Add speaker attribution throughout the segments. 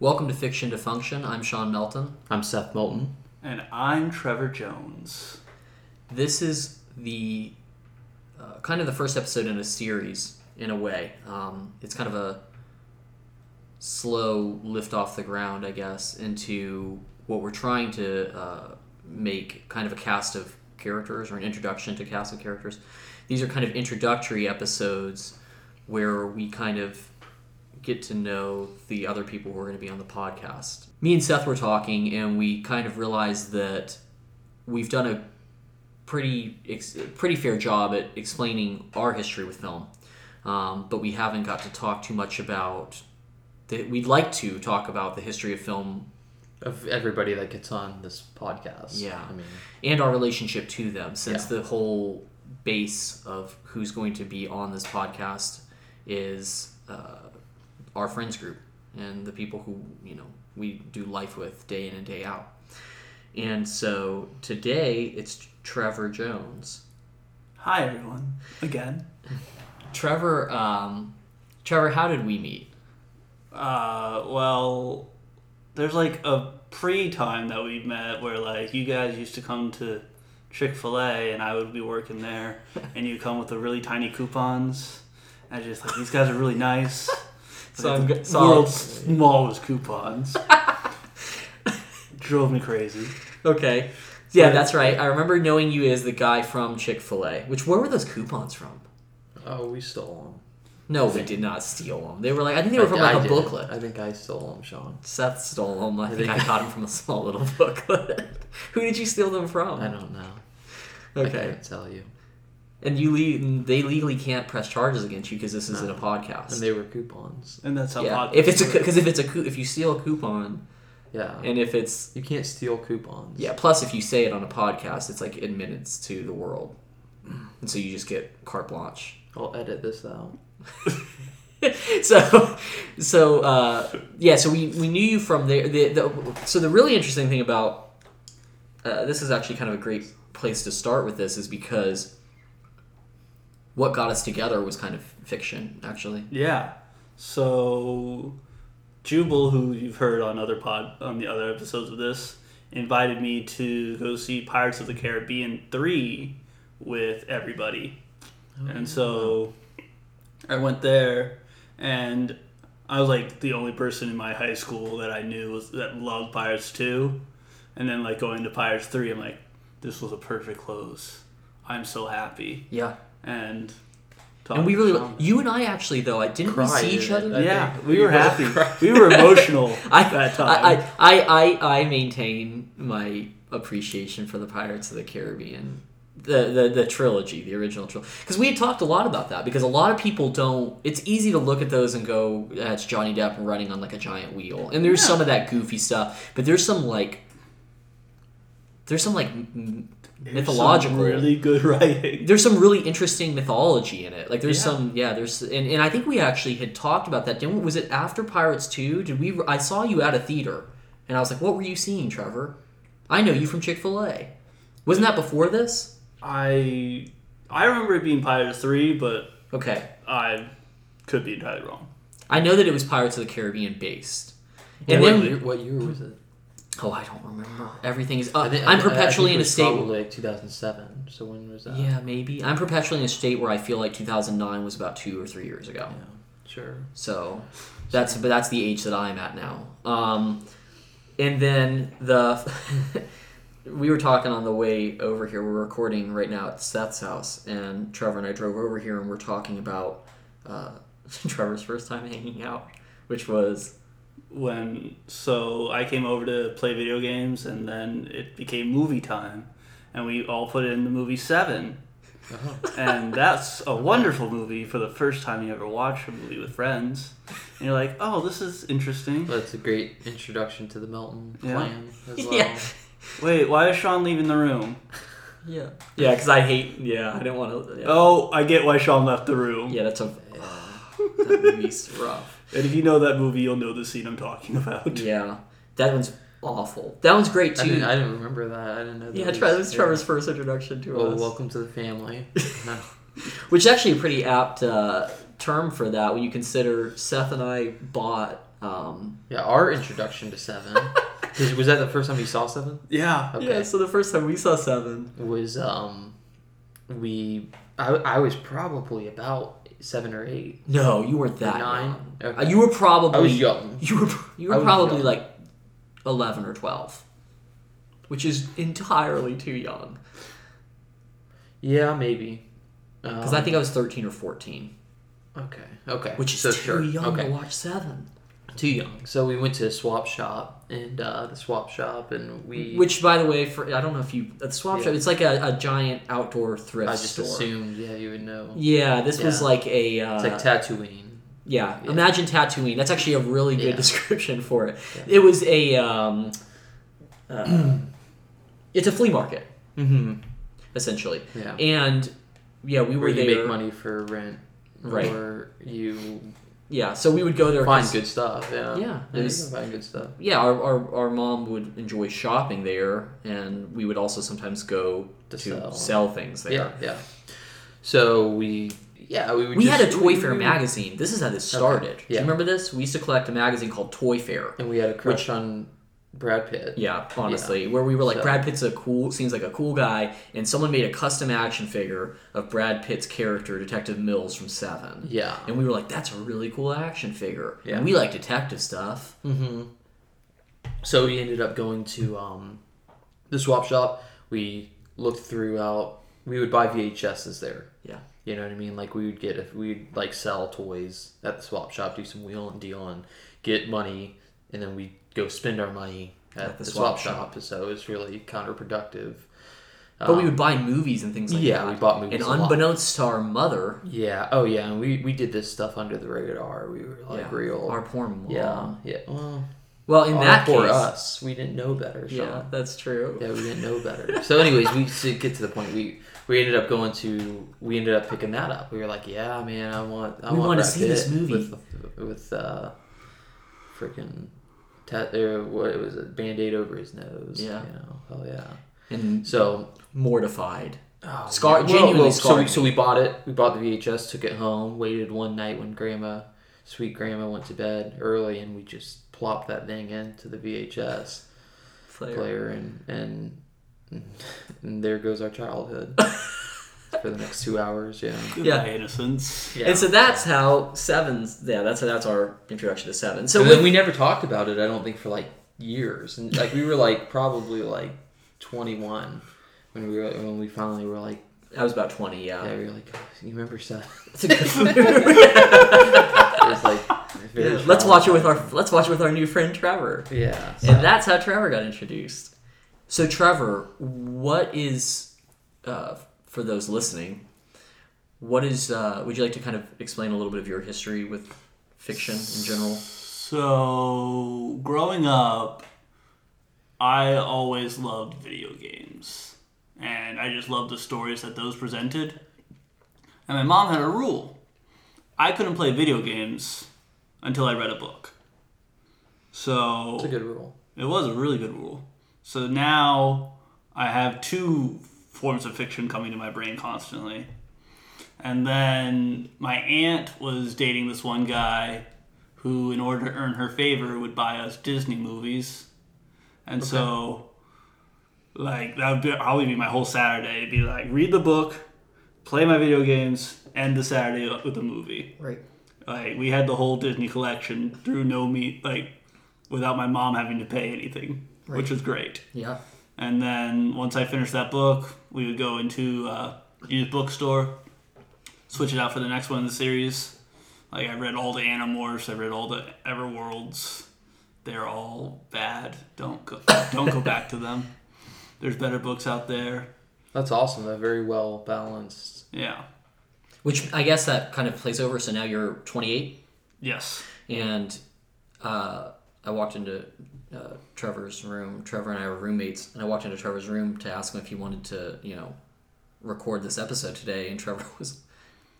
Speaker 1: Welcome to Fiction to Function. I'm Sean Melton.
Speaker 2: I'm Seth Moulton.
Speaker 3: And I'm Trevor Jones.
Speaker 1: This is the uh, kind of the first episode in a series, in a way. Um, it's kind of a slow lift off the ground, I guess, into what we're trying to uh, make kind of a cast of characters or an introduction to cast of characters. These are kind of introductory episodes where we kind of get to know the other people who are going to be on the podcast. Me and Seth were talking, and we kind of realized that we've done a pretty ex- pretty fair job at explaining our history with film, um, but we haven't got to talk too much about. The, we'd like to talk about the history of film
Speaker 2: Of everybody that gets on this podcast.
Speaker 1: Yeah.
Speaker 2: I mean,
Speaker 1: and our relationship to them, since the whole base of who's going to be on this podcast is uh, our friends group and the people who you know we do life with day in and day out. And so today it's Trevor Jones.
Speaker 3: Hi, everyone. Again.
Speaker 1: Trevor, um, Trevor, how did we meet?
Speaker 3: Uh, well, there's like a pre time that we met where like you guys used to come to Chick fil A and I would be working there and you come with the really tiny coupons. And I was just like, these guys are really nice.
Speaker 1: So
Speaker 3: Like,
Speaker 1: I'm
Speaker 3: the
Speaker 1: go- so-
Speaker 3: world's smallest coupons. Drove me crazy.
Speaker 1: Okay. Yeah, that's right. I remember knowing you as the guy from Chick Fil A. Which where were those coupons from?
Speaker 2: oh, we stole
Speaker 1: No, we did not steal them. They were like I think
Speaker 2: them.
Speaker 1: they were from like
Speaker 2: a
Speaker 1: a booklet.
Speaker 2: I think I stole them, Sean.
Speaker 1: Seth stole them. I think I got them from a small little booklet. Who did you steal them from?
Speaker 2: I don't know. I
Speaker 1: Oh. Okay.
Speaker 2: can't tell you.
Speaker 1: And you le- they legally can't press charges against you because this isn't a podcast.
Speaker 2: And they were coupons.
Speaker 3: And that's how
Speaker 1: yeah.
Speaker 3: hot
Speaker 1: If it's a because if it's a coup if you steal a coupon
Speaker 2: Yeah.
Speaker 1: and if it's
Speaker 2: you can't steal coupons.
Speaker 1: yeah plus if you say it on a podcast it's like admittance to the world, and so you just get carte blanche.
Speaker 2: I'll edit this out.
Speaker 1: so so uh, yeah so we, we knew you from there the, the, so the really interesting thing about uh, this is actually kind of a great place to start with this is because what got us together was kind of fiction actually
Speaker 3: Yeah. So Jubal, who you've heard on other pod on the other episodes of this, invited me to go see Pirates of the Caribbean three with everybody,
Speaker 1: Oh,
Speaker 3: and so I went there, and I was like the only person in my high school that I knew was, that loved Pirates two, and then like going to Pirates three, I'm like, this was a perfect close. I'm so happy,
Speaker 1: yeah
Speaker 3: and
Speaker 1: and we really
Speaker 3: talking-
Speaker 1: you and i actually though i didn't we
Speaker 2: Cried,
Speaker 1: see each
Speaker 2: didn't
Speaker 1: other
Speaker 2: I
Speaker 3: yeah,
Speaker 2: think
Speaker 3: we
Speaker 2: we
Speaker 3: were
Speaker 2: both
Speaker 3: happy.
Speaker 2: cried.
Speaker 3: We were emotional
Speaker 1: I,
Speaker 3: that time.
Speaker 1: I, I, I, I maintain my appreciation for the Pirates of the Caribbean, the the, the trilogy, the original trilogy, because we had talked a lot about that. Because a lot of people don't. It's easy to look at those and go, "That's Johnny Depp running on like a giant wheel," and there's some of that goofy stuff, but there's some like, there's some like m-
Speaker 3: There's
Speaker 1: mythological
Speaker 3: some really good writing.
Speaker 1: there's some really interesting mythology in it. Like there's
Speaker 3: Yeah.
Speaker 1: some yeah, there's and, and I think we actually had talked about that. Didn't we? was it after Pirates 2? Did we I saw you at a theater and I was like, "What were you seeing, Trevor?" I know you from Chick-fil-A. Wasn't that before this?
Speaker 3: I I remember it being Pirates three, but
Speaker 1: Okay.
Speaker 3: I could be entirely wrong.
Speaker 1: I know that it was Pirates of the Caribbean based.
Speaker 2: And
Speaker 1: And
Speaker 2: what,
Speaker 1: then
Speaker 2: year, what year was it?
Speaker 1: oh, I don't remember. Everything is uh,
Speaker 2: I think- I-
Speaker 1: I'm
Speaker 2: I think
Speaker 1: perpetually
Speaker 2: it
Speaker 1: in a
Speaker 2: was
Speaker 1: state
Speaker 2: Probably like 2007. So when was that?
Speaker 1: Yeah, maybe. I'm perpetually in a state where I feel like 2009 was about 2 or 3 years ago.
Speaker 2: Yeah. Sure.
Speaker 1: So that's but that's the age that I'm at now. Um, and then the we were talking on the way over here. We're recording right now at Seth's house, and Trevor and I drove over here, and we're talking about uh, Trevor's first time hanging out, which was
Speaker 3: When so I came over to play video games, and then it became movie time, and we all put in the movie Seven,
Speaker 2: Oh.
Speaker 3: and that's a wonderful movie for the first time you ever watch a movie with friends, and you're like, oh, this is interesting.
Speaker 2: Well, that's a great introduction to the Melton
Speaker 3: Yeah.
Speaker 2: clan as well.
Speaker 1: Yeah.
Speaker 3: Wait, why is Sean leaving the room?
Speaker 1: yeah yeah because I hate yeah I didn't want to yeah.
Speaker 3: Oh, I get why Sean left the room.
Speaker 1: yeah that's a that movie's rough.
Speaker 3: And if you know that movie, you'll know the scene I'm talking about.
Speaker 1: Yeah, that one's awful. That one's great
Speaker 2: I
Speaker 1: too.
Speaker 2: didn't, I didn't remember that. I didn't know that.
Speaker 1: yeah,
Speaker 2: was-
Speaker 1: Tre- that was
Speaker 2: yeah.
Speaker 1: Trevor's first introduction to
Speaker 2: Well,
Speaker 1: us.
Speaker 2: welcome to the family. No.
Speaker 1: Which is actually a pretty apt uh, term for that when you consider Seth and I bought Um,
Speaker 2: Yeah, our introduction to Seven. 'Cause was that the first time you saw Seven?
Speaker 3: Yeah.
Speaker 2: Okay.
Speaker 1: Yeah, so the first time we saw Seven.
Speaker 2: Was um, we I, I was probably about seven or eight.
Speaker 1: No, you weren't that
Speaker 2: Nine?
Speaker 1: young.
Speaker 2: Okay.
Speaker 1: Uh, You were probably
Speaker 2: I was young.
Speaker 1: You were you
Speaker 2: I
Speaker 1: were
Speaker 2: was
Speaker 1: probably
Speaker 2: young.
Speaker 1: like eleven or twelve, which is entirely too young.
Speaker 2: Yeah, maybe. Um,
Speaker 1: Because I think I was thirteen or fourteen,
Speaker 2: Okay. Okay.
Speaker 1: which is
Speaker 2: so
Speaker 1: too
Speaker 2: sure.
Speaker 1: young
Speaker 2: okay.
Speaker 1: to watch Seven.
Speaker 2: Too young. So we went to a swap shop and uh, the swap shop and we.
Speaker 1: Which, by the way, for I don't know if you the swap
Speaker 2: Yeah.
Speaker 1: shop. It's like a, a giant outdoor thrift
Speaker 2: I just
Speaker 1: store.
Speaker 2: assumed. Yeah, you would know.
Speaker 1: Yeah, this was
Speaker 2: Yeah.
Speaker 1: like a uh,
Speaker 2: It's like Tatooine.
Speaker 1: yeah,
Speaker 2: yeah.
Speaker 1: Imagine Tatooine. That's actually a really good
Speaker 2: Yeah.
Speaker 1: description for it.
Speaker 2: Yeah.
Speaker 1: It was a um, uh, it's a flea market
Speaker 2: Mm-hmm.
Speaker 1: essentially,
Speaker 2: Yeah.
Speaker 1: and yeah, we
Speaker 2: Where
Speaker 1: were
Speaker 2: you
Speaker 1: there.
Speaker 2: make money for rent.
Speaker 1: Right.
Speaker 2: Or you
Speaker 1: Yeah, so we would go there.
Speaker 2: find
Speaker 1: 'cause-
Speaker 2: good stuff. Yeah.
Speaker 1: Yeah,
Speaker 2: you can
Speaker 1: there's-
Speaker 2: find good stuff.
Speaker 1: Yeah, our, our, our mom would enjoy shopping there, and we would also sometimes go
Speaker 2: To
Speaker 1: to,
Speaker 2: sell.
Speaker 1: sell. things there.
Speaker 2: Yeah. Yeah. So we. Yeah, we would.
Speaker 1: We
Speaker 2: just,
Speaker 1: had a Toy
Speaker 2: we-
Speaker 1: Fair
Speaker 2: we-
Speaker 1: magazine. This is how this started. Do you
Speaker 2: yeah.
Speaker 1: remember this? We used to collect a magazine called Toy Fair.
Speaker 2: And we had a crush on Brad Pitt.
Speaker 1: Yeah, honestly, where we were like,
Speaker 2: So-
Speaker 1: Brad Pitt's a cool, seems like a cool guy, and someone made a custom action figure of Brad Pitt's character, Detective Mills from Seven.
Speaker 2: Yeah.
Speaker 1: And we were like, that's a really cool action figure.
Speaker 2: Yeah.
Speaker 1: And we like detective stuff.
Speaker 2: hmm So we ended up going to um, the swap shop. We looked throughout. We would buy VHSs there.
Speaker 1: Yeah.
Speaker 2: You know what I mean? Like we would get if we'd like sell toys at the swap shop, do some wheel and deal, and get money, and then we go spend our money at, the, swap, shop. So it was really counterproductive.
Speaker 1: But we would buy movies and things like
Speaker 2: Um, yeah,
Speaker 1: that.
Speaker 2: we bought movies
Speaker 1: And
Speaker 2: a lot.
Speaker 1: unbeknownst to our mother,
Speaker 2: Yeah. Oh yeah. And we we did this stuff under the radar. We were like
Speaker 1: yeah,
Speaker 2: real.
Speaker 1: our poor mom.
Speaker 2: oh, yeah. Yeah. Well,
Speaker 1: Well, in
Speaker 2: our-
Speaker 1: that
Speaker 2: for
Speaker 1: case,
Speaker 2: us, we didn't know better. Sean.
Speaker 1: yeah, that's true.
Speaker 2: Yeah, we didn't know better. So, anyways, we to get to the point. We we ended up going to. We ended up picking that up. We were like, yeah, man, I want. I
Speaker 1: We
Speaker 2: want
Speaker 1: wanna
Speaker 2: Brad
Speaker 1: see this
Speaker 2: Pitt
Speaker 1: movie.
Speaker 2: with with uh, freaking. Tat- or what it was a band-aid over his nose
Speaker 1: Yeah.
Speaker 2: you know oh yeah
Speaker 1: And
Speaker 2: so
Speaker 1: mortified.
Speaker 2: oh,
Speaker 1: Scar-
Speaker 2: yeah.
Speaker 1: genuinely
Speaker 2: so, we,
Speaker 1: scarred
Speaker 2: so we bought it we bought the vhs took it home waited one night when grandma sweet grandma went to bed early and we just plopped that thing into the vhs
Speaker 1: Player.
Speaker 2: player and and, and there goes our childhood for the next two hours yeah
Speaker 3: Goodbye, innocence.
Speaker 2: yeah
Speaker 1: And so that's how sevens. Yeah, that's that's our introduction to seven. So
Speaker 2: And
Speaker 1: with,
Speaker 2: then we never talked about it i don't think for like years and like we were like probably like 21 when we were when we finally were like
Speaker 1: I was about twenty. Yeah.
Speaker 2: yeah we were like oh, you remember stuff
Speaker 1: It's a good movie.
Speaker 2: it's like very
Speaker 1: let's watch it with
Speaker 2: traumatizing.
Speaker 1: our let's watch it with our new friend Trevor.
Speaker 2: yeah so-
Speaker 1: And that's how Trevor got introduced. So Trevor, what is uh, for those listening? What is? Uh, would you like to kind of explain a little bit of your history with fiction in general?
Speaker 3: So, growing up, I always loved video games. And I just loved the stories that those presented. And my mom had a rule I couldn't play video games until I read a book. So,
Speaker 2: it's a good rule
Speaker 3: it was a really good rule. So now I have two forms of fiction coming to my brain constantly. And then my aunt was dating this one guy who, in order to earn her favor, would buy us Disney movies. And so, like, that would be, probably be my whole Saturday. It'd be like, read the book, play my video games, end the Saturday with a movie.
Speaker 1: Right.
Speaker 3: Like we had the whole Disney collection through no me like without my mom having to pay anything, which was great.
Speaker 1: Yeah.
Speaker 3: And then once I finished that book, we would go into uh, used bookstore, switch it out for the next one in the series. Like I read all the Animorphs, I read all the Everworlds. They're all bad. Don't go, don't go back to them. There's better books out there.
Speaker 2: that's awesome a very well balanced
Speaker 3: Yeah.
Speaker 1: Which I guess that kind of plays over. So now you're 28,
Speaker 3: Yes.
Speaker 1: and uh, I walked into uh, Trevor's room. Trevor and I were roommates, and I walked into Trevor's room to ask him if he wanted to, you know, record this episode today. And Trevor was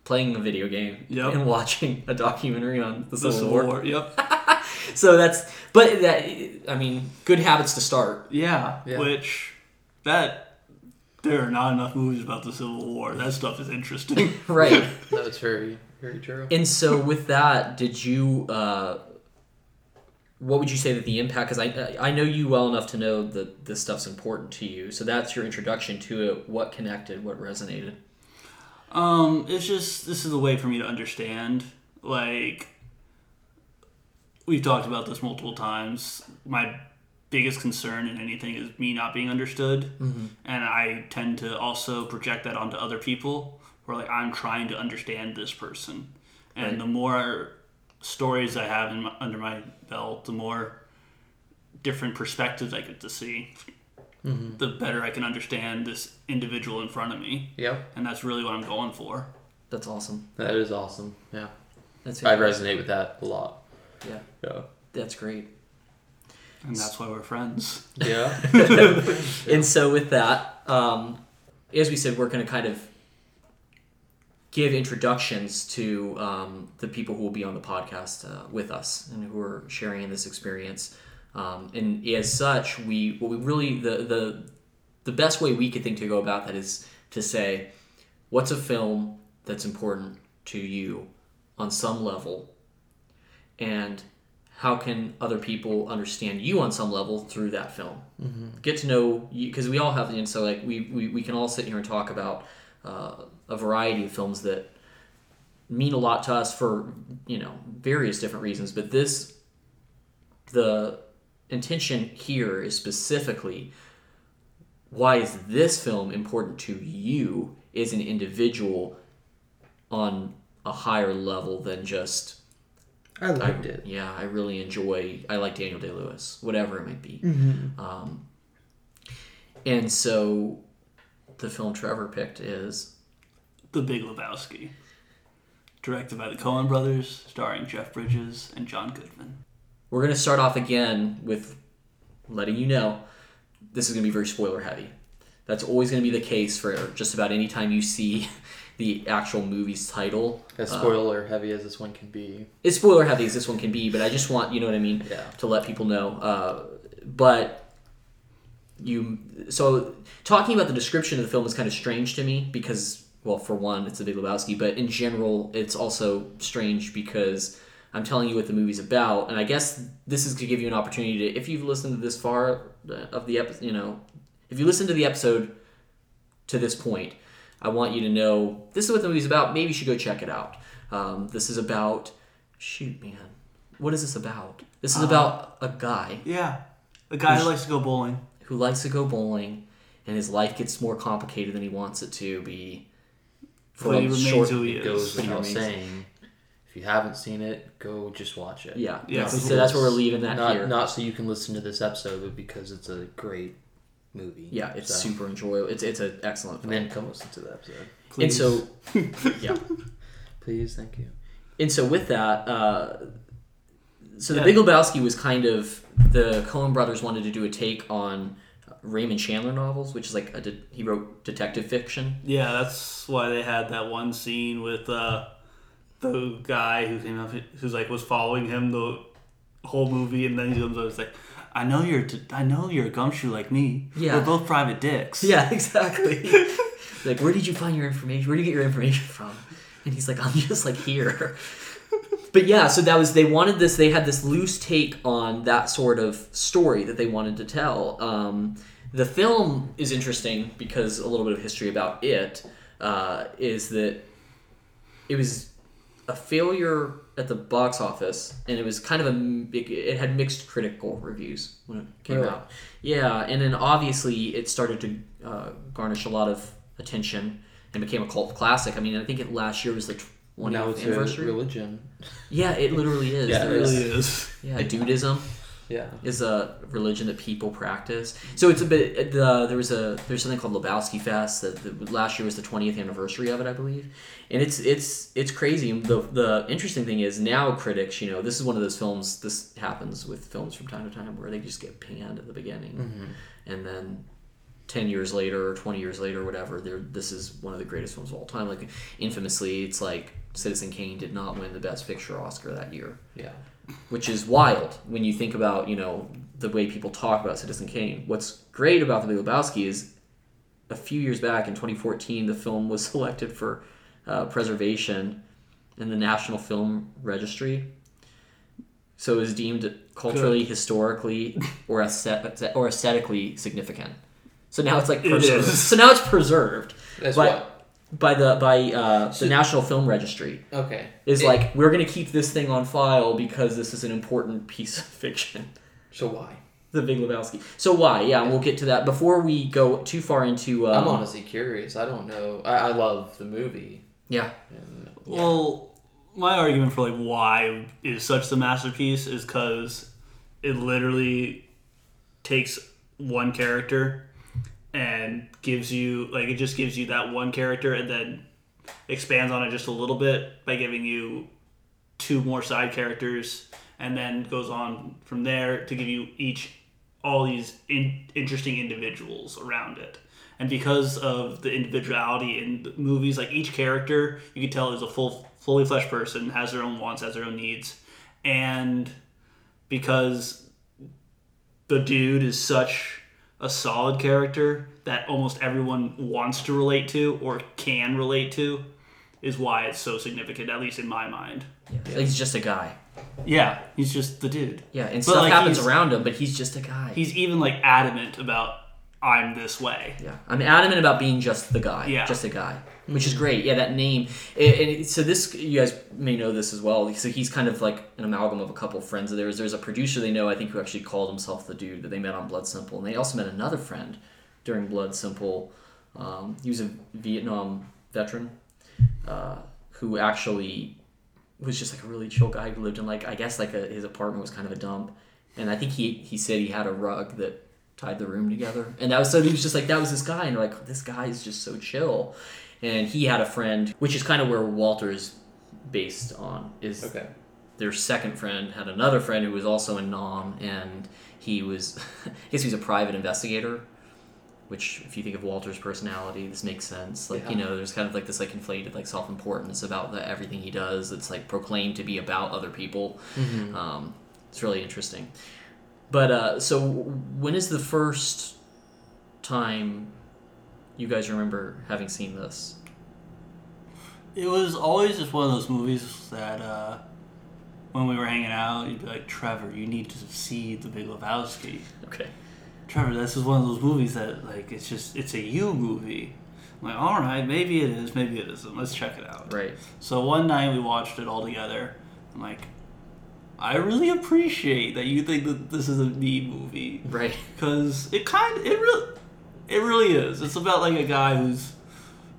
Speaker 1: playing a video game
Speaker 3: Yep.
Speaker 1: and watching a documentary on the
Speaker 3: The
Speaker 1: Civil
Speaker 3: Civil
Speaker 1: War.
Speaker 3: War. Yep.
Speaker 1: So that's, but that, I mean, good habits to start.
Speaker 3: Yeah,
Speaker 2: Yeah.
Speaker 3: which that there are not enough movies about the Civil War. That stuff is interesting.
Speaker 1: Right.
Speaker 2: that's very very true
Speaker 1: And so with that, did you uh, what would you say that the impact? Because I I know you well enough to know that this stuff's important to you. So that's your introduction to it. What connected? What resonated?
Speaker 3: Um, it's just this is a way for me to understand. Like we've talked about this multiple times. My biggest concern in anything is me not being understood, and I tend to also project that onto other people. Where like I'm trying to understand this person, and the more stories I have in my, under my belt, the more different perspectives I get to see, the better I can understand this individual in front of me
Speaker 2: Yeah,
Speaker 3: and that's really what I'm going for.
Speaker 1: That's awesome.
Speaker 2: that is awesome. Yeah,
Speaker 1: That's
Speaker 2: I resonate with that a lot.
Speaker 1: yeah.
Speaker 2: Yeah,
Speaker 1: That's great.
Speaker 3: And that's why we're friends.
Speaker 2: yeah,
Speaker 1: And so with that, um, as we said, we're going to kind of give introductions to um, the people who will be on the podcast uh, with us and who are sharing in this experience. Um, and as such, we what we really the the the best way we could think to go about that is to say, what's a film that's important to you on some level and how can other people understand you on some level through that film get to know you because we all have and so like we, we we can all sit here and talk about uh, a variety of films that mean a lot to us for you know various different reasons but this the intention here is specifically why is this film important to you as an individual on a higher level than just
Speaker 2: I liked it.
Speaker 1: yeah, I really enjoy. I like Daniel Day Lewis, whatever it might be. Um, and so, the film Trevor picked is
Speaker 3: The Big Lebowski. Directed by the Coen brothers, starring Jeff Bridges and John Goodman.
Speaker 1: we're going to start off again with letting you know this is going to be very spoiler heavy. That's always going to be the case for just about any time you see the actual movie's title. Uh,
Speaker 2: As spoiler heavy as this one can be,
Speaker 1: it's spoiler heavy as this one can be, but I just want you know what I mean
Speaker 2: Yeah.
Speaker 1: to let people know. Uh, but you so talking about the description of the film is kind of strange to me because well, for one, it's a Big Lebowski, but in general, it's also strange because I'm telling you what the movie's about, and I guess this is to give you an opportunity to if you've listened to this far uh, of the episode, you know, if you listen to the episode to this point, I want you to know this is what the movie's about. Maybe you should go check it out. Um, this is about shoot, man. What is this about? This is about a guy
Speaker 3: Yeah. A guy who likes to go bowling.
Speaker 1: who likes to go bowling, and his life gets more complicated than he wants it to be.
Speaker 3: But he
Speaker 1: From
Speaker 3: remains
Speaker 1: short-
Speaker 3: who he
Speaker 2: it
Speaker 3: is.
Speaker 2: goes without
Speaker 1: amazing.
Speaker 2: saying. If you haven't seen it, go just watch it.
Speaker 1: yeah,
Speaker 3: Yeah,
Speaker 1: So,
Speaker 3: because
Speaker 1: that's where we're leaving that
Speaker 2: not,
Speaker 1: here.
Speaker 2: Not so you can listen to this episode, but because it's a great movie.
Speaker 1: yeah, it's
Speaker 2: So-
Speaker 1: super enjoyable. It's it's an excellent
Speaker 2: And
Speaker 1: film.
Speaker 2: then come listen to the episode,
Speaker 1: And
Speaker 3: Please.
Speaker 1: so, yeah.
Speaker 2: please. Thank you.
Speaker 1: And so with that, uh, so
Speaker 3: Yeah.
Speaker 1: the Big Lebowski was kind of the Coen Brothers wanted to do a take on Raymond Chandler novels, which is like a de- he wrote detective fiction.
Speaker 3: Yeah, that's why they had that one scene with uh, the guy who came up, who's like was following him the whole movie, and then he comes up and is like, "I know you're, t- I know you're a gumshoe like me.
Speaker 1: Yeah.
Speaker 3: we're both private dicks.
Speaker 1: Yeah, exactly. like, where did you find your information? Where do you get your information from? And he's like, I'm just like here. But yeah, so that was they wanted this. They had this loose take on that sort of story that they wanted to tell. Um, the film is interesting because a little bit of history about it uh, is that it was a failure at the box office, and it was kind of a m- it, it had mixed critical reviews when it came
Speaker 2: Really?
Speaker 1: out. Yeah, and then obviously it started to uh, garnish a lot of attention and became a cult classic. I mean, I think it last year was the
Speaker 2: now
Speaker 1: 20th
Speaker 2: it's a
Speaker 1: anniversary.
Speaker 2: religion.
Speaker 1: Yeah, it literally is.
Speaker 2: Yeah,
Speaker 1: There
Speaker 3: it
Speaker 1: is-
Speaker 3: really is.
Speaker 1: yeah, Dudism
Speaker 2: Yeah.
Speaker 1: is a religion that people practice. So it's a bit the there was a there's something called Lebowski Fest that the, last year was the 20th anniversary of it, I believe. And it's it's it's crazy. And The the interesting thing is now critics, you know, this is one of those films. This happens with films from time to time where they just get panned at the beginning, and then. 10 years later or 20 years later or whatever they're- this is one of the greatest films of all time like infamously it's like citizen kane did not win the best picture oscar that year
Speaker 2: Yeah.
Speaker 1: which is wild when you think about you know the way people talk about Citizen Kane. What's great about The Big Lebowski is a few years back in 2014, the film was selected for uh, preservation in the National Film Registry. so it was deemed culturally, historically, or aesthet- or aesthetically significant. So now it's like
Speaker 3: It
Speaker 1: preserved.
Speaker 3: is.
Speaker 1: so now it's preserved
Speaker 2: That's
Speaker 1: by,
Speaker 2: what.
Speaker 1: by the by uh, the National Film Registry
Speaker 2: Okay.
Speaker 1: is
Speaker 2: It-
Speaker 1: like we're gonna keep this thing on file because this is an important piece of fiction.
Speaker 2: So why?
Speaker 1: The Big Lebowski. So why? Yeah, and we'll get to that before we go too far into. Um,
Speaker 2: I'm honestly curious. I don't know. I, I love the movie.
Speaker 1: Yeah,
Speaker 2: And
Speaker 3: Well, my argument for like why it is such the masterpiece is because it literally takes one character and gives you like it just gives you that one character and then expands on it just a little bit by giving you two more side characters and then goes on from there to give you each all these in, interesting individuals around it and because of the individuality in the movies like each character you can tell is a full fully fleshed person has their own wants has their own needs and because the dude is such a solid character that almost everyone wants to relate to or can relate to is why it's so significant at least in my mind
Speaker 1: Like, he's just a guy.
Speaker 3: yeah he's just the dude
Speaker 1: Yeah, and
Speaker 3: But,
Speaker 1: stuff
Speaker 3: like,
Speaker 1: happens
Speaker 3: he's-
Speaker 1: around him, but he's just a guy.
Speaker 3: he's even like adamant about i'm this way
Speaker 1: Yeah, I'm adamant about being just the guy.
Speaker 3: Yeah.
Speaker 1: just a guy, which is great. Yeah, that name. And, and so this, you guys may know this as well. So he's kind of like an amalgam of a couple friends of theirs. There's a producer they know, I think, who actually called himself the dude that they met on Blood Simple, and they also met another friend during Blood Simple. Um, he was a Vietnam veteran uh, who actually was just like a really chill guy who lived in like I guess like a, his apartment was kind of a dump, and I think he he said he had a rug that tied the room together, and that was so he was just like that was this guy, and like this guy is just so chill, and he had a friend, which is kind of where Walter's based on is
Speaker 2: okay.
Speaker 1: their second friend had another friend who was also in Nam, and he was, I guess he was a private investigator, which if you think of Walter's personality, this makes sense. Like you
Speaker 2: Yeah.
Speaker 1: know, there's kind of like this like inflated like self importance about the, everything he does. It's like proclaimed to be about other people.
Speaker 3: Mm-hmm.
Speaker 1: Um, it's really interesting. But uh, so when is the first time you guys remember having seen this?
Speaker 3: It was always just one of those movies that uh, when we were hanging out, you'd be like, Trevor, you need to see The Big Lebowski.
Speaker 1: Okay.
Speaker 3: Trevor, this is one of those movies that like it's just it's a you movie. I'm like, all right, maybe it is, maybe it isn't. Let's check it out.
Speaker 1: Right.
Speaker 3: So one night we watched it all together. I'm like, I really appreciate that you think that this is a me movie
Speaker 1: Right.
Speaker 3: because it kind it really it really is it's about like a guy who's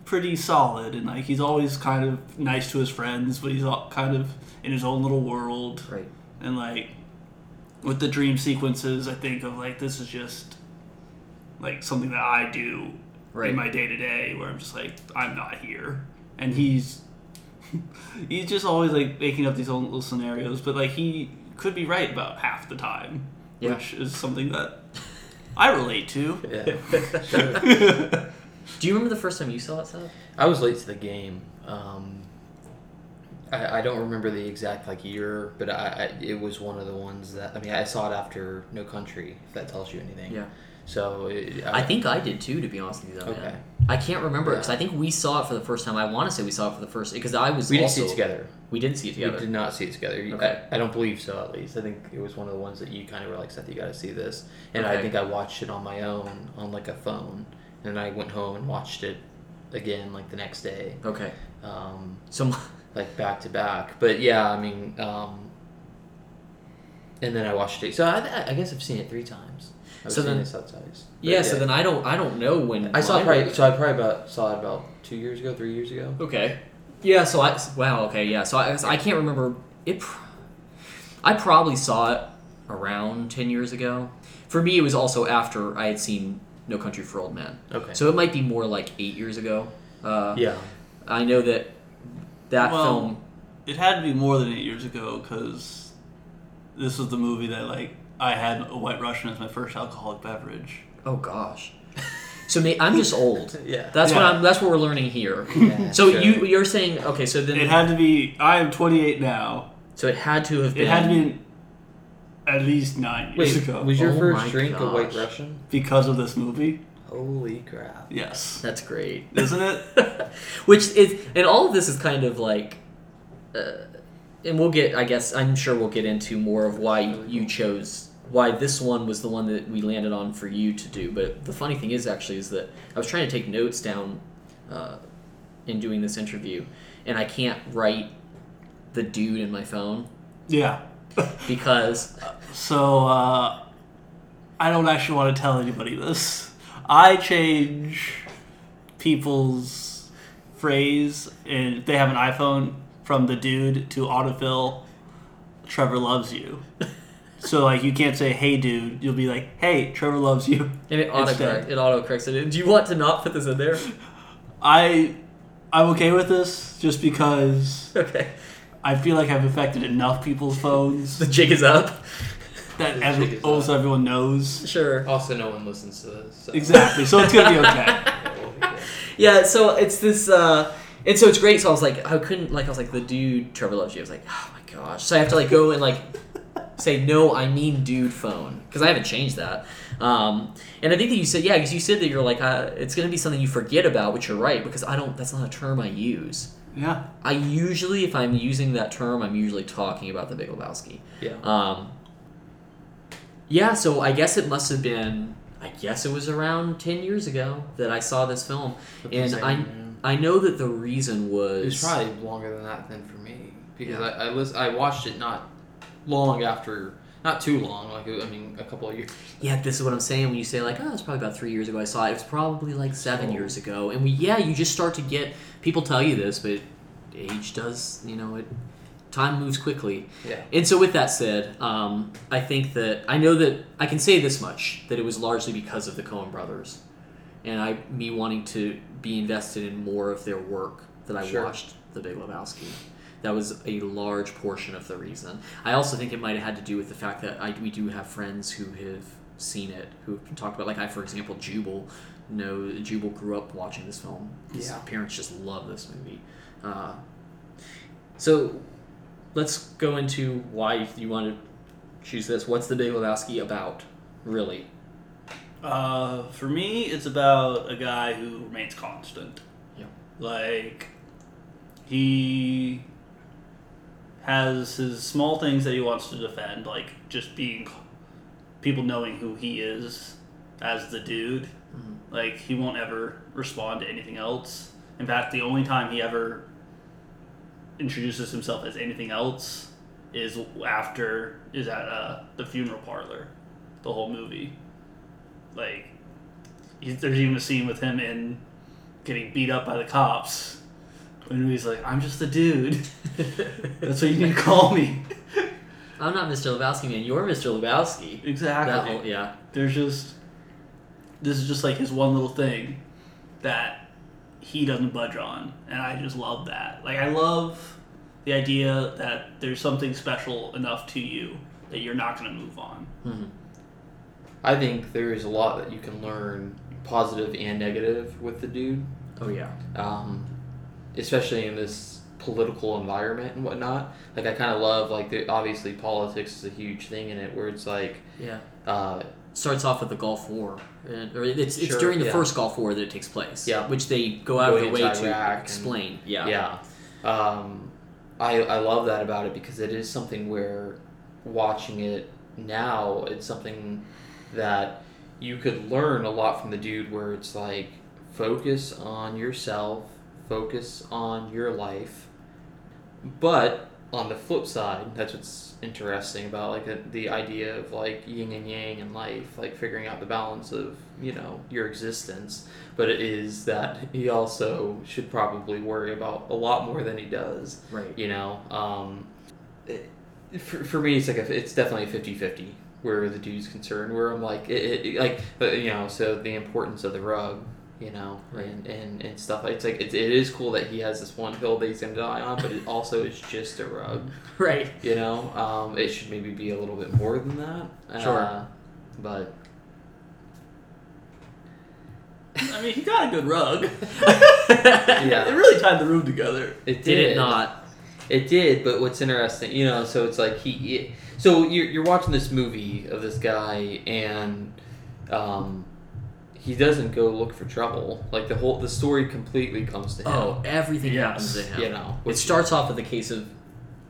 Speaker 3: pretty solid and like he's always kind of nice to his friends but he's all kind of in his own little world
Speaker 1: Right.
Speaker 3: and like with the dream sequences i think of like this is just like something that i do
Speaker 1: Right.
Speaker 3: in my day to day where i'm just like i'm not here and he's he's just always like making up these own little scenarios but like he could be right about half the time
Speaker 1: Yeah.
Speaker 3: which is something that i relate to
Speaker 2: Yeah. Sure.
Speaker 1: Do you remember the first time you saw it, Seth?
Speaker 2: I was late to the game. Um, I, I don't remember the exact like year, but I, I it was one of the ones that I mean I saw it after No Country. If that tells you anything.
Speaker 1: Yeah.
Speaker 2: So it,
Speaker 1: I think I did too, to be honest with you. Though,
Speaker 2: Okay.
Speaker 1: man. I can't remember because I think we saw it for the first time. I want to say we saw it for the first because I was
Speaker 2: we didn't
Speaker 1: also
Speaker 2: see it together.
Speaker 1: we didn't see it
Speaker 2: We
Speaker 1: together.
Speaker 2: did not see it together. You-
Speaker 1: Okay.
Speaker 2: I, I don't believe so. At least I think it was one of the ones that you kind of were like, Seth, you got to see this. And I
Speaker 1: Okay.
Speaker 2: think I watched it on my own on like a phone, and I went home and watched it again like the next day.
Speaker 1: Okay,
Speaker 2: Um,
Speaker 1: so my-
Speaker 2: like back to back. But yeah, I mean, um, and then I watched it. So I, I guess I've seen it three times. I've
Speaker 1: So
Speaker 2: seen
Speaker 1: then-
Speaker 2: this outside. But
Speaker 1: yeah, So then I don't I don't know when
Speaker 2: I saw it
Speaker 1: mine-
Speaker 2: probably. So I probably about saw it about two years ago, three years ago.
Speaker 1: Okay. Yeah. So I wow. Okay. Yeah. So I I can't remember it. pr- I probably saw it around ten years ago. For me, it was also after I had seen No Country for Old Men.
Speaker 2: Okay.
Speaker 1: So it might be more like eight years ago. Uh,
Speaker 2: yeah,
Speaker 1: I know that that
Speaker 3: Well,
Speaker 1: film
Speaker 3: it had to be more than eight years ago because this was the movie that like i had a white russian as my first alcoholic beverage
Speaker 1: Oh gosh. So may, I'm just old.
Speaker 2: yeah.
Speaker 1: That's what
Speaker 3: Yeah.
Speaker 1: I'm. That's what we're learning here.
Speaker 2: Yeah,
Speaker 1: So
Speaker 2: sure.
Speaker 1: you you're saying okay. So then
Speaker 3: it had to be i am 28 now
Speaker 1: so it had to have
Speaker 3: it
Speaker 1: been.
Speaker 3: had to be at least nine years
Speaker 2: Wait,
Speaker 3: ago
Speaker 2: was your
Speaker 1: Oh my
Speaker 2: first drink a White
Speaker 1: gosh.
Speaker 2: Russian?
Speaker 3: because of this movie
Speaker 2: Holy crap!
Speaker 3: yes
Speaker 1: That's great.
Speaker 3: isn't it
Speaker 1: Which is and all of this is kind of like. Uh, and we'll get i guess i'm sure we'll get into more of why you chose why this one was the one that we landed on for you to do but the funny thing is actually is that i was trying to take notes down uh, in doing this interview and i can't write the dude in my phone
Speaker 3: Yeah.
Speaker 1: because
Speaker 3: So uh, I don't actually want to tell anybody this. I change people's phrase, and if they have an iPhone, from the dude to autofill. Trevor loves you. So like you can't say hey dude, you'll be like hey Trevor loves you.
Speaker 1: and it auto
Speaker 3: Instead.
Speaker 1: it auto corrects it do you want to not put this in there
Speaker 3: I I'm okay with this just because
Speaker 1: okay
Speaker 3: I feel like I've affected enough people's phones
Speaker 1: the jig is up
Speaker 3: that every, almost everyone knows
Speaker 1: sure
Speaker 2: Also, no one listens to this. So.
Speaker 3: exactly. So it's gonna be okay.
Speaker 1: yeah so it's this uh and so it's great so i was like i couldn't like i was like the dude trevor loves you i was like oh my gosh so i have to like go and like say no i mean dude phone because i haven't changed that um and i think that you said yeah because you said that you're like uh, it's gonna be something you forget about which you're right because i don't that's not a term i use
Speaker 3: Yeah.
Speaker 1: i usually if i'm using that term i'm usually talking about the big lebowski
Speaker 2: Yeah.
Speaker 1: um, yeah, so I guess it must have been. I guess it was around ten years ago that I saw this film,
Speaker 2: That's
Speaker 1: and
Speaker 2: insane,
Speaker 1: I
Speaker 2: man.
Speaker 1: I know that the reason was
Speaker 2: It's probably longer than that than for me because
Speaker 1: Yeah.
Speaker 2: I I, lis- I watched it not long after, not too long. Like I mean, a couple of years.
Speaker 1: yeah. This is what I'm saying when you say like, oh, it's probably about three years ago I saw it. It was probably like seven
Speaker 2: So-
Speaker 1: years ago, and we yeah, you just start to get people tell you this, but age does you know it. Time moves quickly.
Speaker 2: Yeah.
Speaker 1: And so, with that said, um, I think that I know that I can say this much that it was largely because of the Coen brothers and I me wanting to be invested in more of their work that I
Speaker 2: Sure.
Speaker 1: watched The Big Lebowski. That was a large portion of the reason. I also think it might have had to do with the fact that I, we do have friends who have seen it, who have talked about. Like I, for example, Jubal. No, Jubal grew up watching this film. His
Speaker 2: Yeah.
Speaker 1: parents just love this movie. Uh, so let's go into why you want to choose this. What's The Big Lebowski about, really?
Speaker 3: Uh, for me, it's about a guy who remains constant.
Speaker 1: Yeah.
Speaker 3: Like, he has his small things that he wants to defend, like just being people knowing who he is as the dude. Like, he won't ever respond to anything else. In fact, the only time he ever introduces himself as anything else is after is at uh, the funeral parlor the whole movie like he's, there's even a scene with him in getting beat up by the cops and he's like i'm just a dude that's what you need to call me
Speaker 1: I'm not Mr. Lebowski, man. You're Mr. Lebowski. That
Speaker 3: exactly
Speaker 1: whole, yeah.
Speaker 3: there's just this is just like his one little thing that he doesn't budge on and i just love that like i love the idea that there's something special enough to you that you're not going to move on
Speaker 2: I think there is a lot that you can learn, positive and negative, with the dude,
Speaker 1: Oh yeah.
Speaker 2: um, especially in this political environment and whatnot. Like I kind of love like the, obviously politics is a huge thing in it where it's like.
Speaker 1: Yeah.
Speaker 2: Uh,
Speaker 1: Starts off with the Gulf War, and, or it's it's
Speaker 2: Sure,
Speaker 1: during the
Speaker 2: yeah.
Speaker 1: first Gulf War that it takes place.
Speaker 2: Yeah.
Speaker 1: Which they go out of their
Speaker 2: Going
Speaker 1: way
Speaker 2: into Iraq
Speaker 1: to
Speaker 2: and-
Speaker 1: explain. yeah.
Speaker 2: yeah, Um, I, I love that about it because it is something where watching it now it's something that you could learn a lot from the dude where it's like focus on yourself focus on your life but on the flip side that's what's interesting about like the, the idea of like yin and yang in life like figuring out the balance of you know your existence but it is that he also should probably worry about a lot more than he does
Speaker 1: Right.
Speaker 2: you know um it, for, for me it's like a, it's definitely 50 50 where the dude's concerned where i'm like it, it, like uh, you know so the importance of the rug you know
Speaker 1: Right.
Speaker 2: and, and and stuff it's like it, it is cool that he has this one hill that he's gonna die on but it also is just a rug
Speaker 1: Right.
Speaker 2: you know um it should maybe be a little bit more than that
Speaker 1: Sure.
Speaker 2: uh, but
Speaker 3: i mean he got a good rug
Speaker 2: Yeah.
Speaker 3: it really tied the room together
Speaker 2: it
Speaker 1: Did it not?
Speaker 2: It did, but what's interesting, you know, so it's like he. It, so you're, you're watching this movie of this guy, and um, he doesn't go look for trouble. Like the whole the story completely comes to him.
Speaker 1: Oh, everything
Speaker 3: Yes.
Speaker 1: happens to him.
Speaker 2: you know,
Speaker 1: It
Speaker 2: which-
Speaker 1: starts off with the case of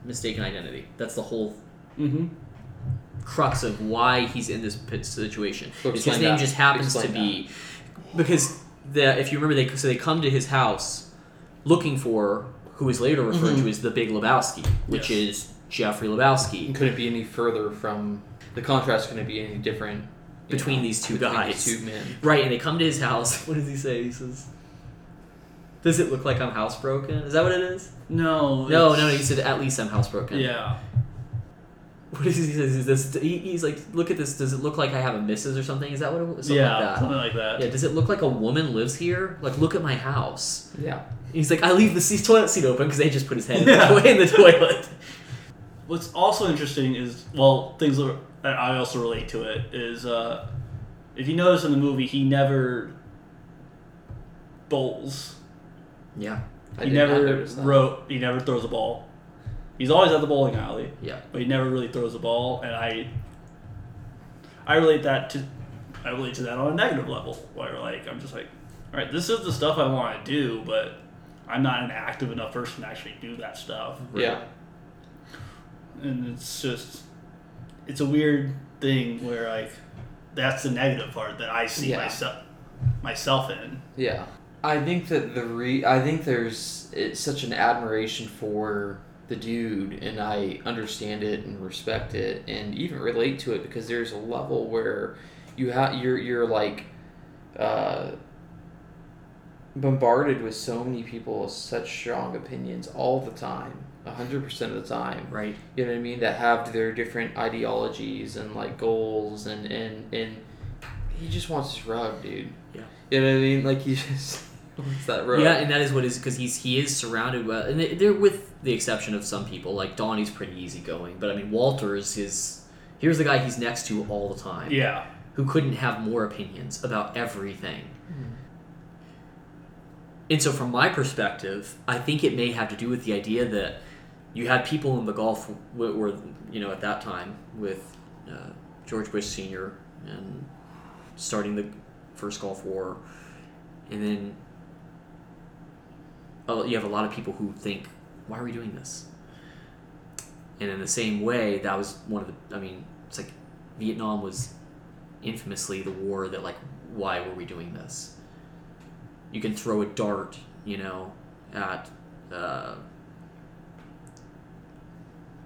Speaker 1: mistaken identity. That's the whole
Speaker 3: Mm-hmm.
Speaker 1: crux of why he's in this pit situation.
Speaker 2: So
Speaker 1: Is his
Speaker 2: explain
Speaker 1: name
Speaker 2: that.
Speaker 1: just happens
Speaker 2: Explain
Speaker 1: to be because the if you remember they so they come to his house looking for who is later referred to as the Big Lebowski, which
Speaker 3: Mm-hmm. Yes.
Speaker 1: is Jeffrey Lebowski.
Speaker 2: Could it be any further from the contrast? Going to be any different you
Speaker 1: Between these two
Speaker 2: between
Speaker 1: guys.
Speaker 2: these two men?
Speaker 1: Right, and they come to his house. What does he say? He says, "Does it look like I'm housebroken? Is that what it is?"
Speaker 3: No.
Speaker 1: No,
Speaker 3: it's-
Speaker 1: no. He said, "At least I'm housebroken."
Speaker 3: Yeah.
Speaker 1: What is he says? Is this? He, he's like, "Look at this. Does it look like I have a missus or something? Is that what it was? Something
Speaker 3: yeah.
Speaker 1: like that.
Speaker 3: Something like that.
Speaker 1: Yeah. Does it look like a woman lives here? Like, look at my house."
Speaker 2: Yeah.
Speaker 1: He's like, "I leave the se- toilet seat open because they just put his head in,
Speaker 3: Yeah.
Speaker 1: the, in the toilet."
Speaker 3: What's also interesting is well, things that that I also relate to it is uh, if you notice in the movie, he never bowls.
Speaker 1: Yeah.
Speaker 2: I
Speaker 3: he
Speaker 2: did not
Speaker 3: never
Speaker 2: notice that.
Speaker 3: wrote. He never throws a ball. He's always at the bowling alley,
Speaker 1: Yeah.
Speaker 3: but he never really throws a ball. And I, I relate that to, I relate to that on a negative level. Where like I'm just like, all right, this is the stuff I want to do, but I'm not an active enough person to actually do that stuff.
Speaker 2: Yeah.
Speaker 3: and it's just it's a weird thing where like that's the negative part that I see
Speaker 2: Yeah.
Speaker 3: myself myself in.
Speaker 2: Yeah, I think that the re I think there's it's such an admiration for the dude, and I understand it and respect it, and even relate to it because there's a level where you have you're you're like uh, bombarded with so many people with such strong opinions all the time, hundred percent of the time,
Speaker 1: Right.
Speaker 2: you know what I mean, that have their different ideologies and like goals and and and he just wants his rug, dude.
Speaker 1: Yeah.
Speaker 2: You know what I mean? Like he just wants that rug.
Speaker 1: Yeah, and that is what is because he's he is surrounded by, and they- they're with the exception of some people. Like Donnie's pretty easygoing, but I mean Walters is here's the guy he's next to all the time,
Speaker 3: Yeah.
Speaker 1: who couldn't have more opinions about everything. And so, from my perspective, I think it may have to do with the idea that you had people in the Gulf, w- were you know at that time with uh, George Bush Senior and starting the first Gulf War, and then oh, you have a lot of people who think, "Why are we doing this?" And in the same way, that was one of the. I mean, it's like Vietnam was infamously the war that like, why were we doing this? You can throw a dart, you know, at. Uh,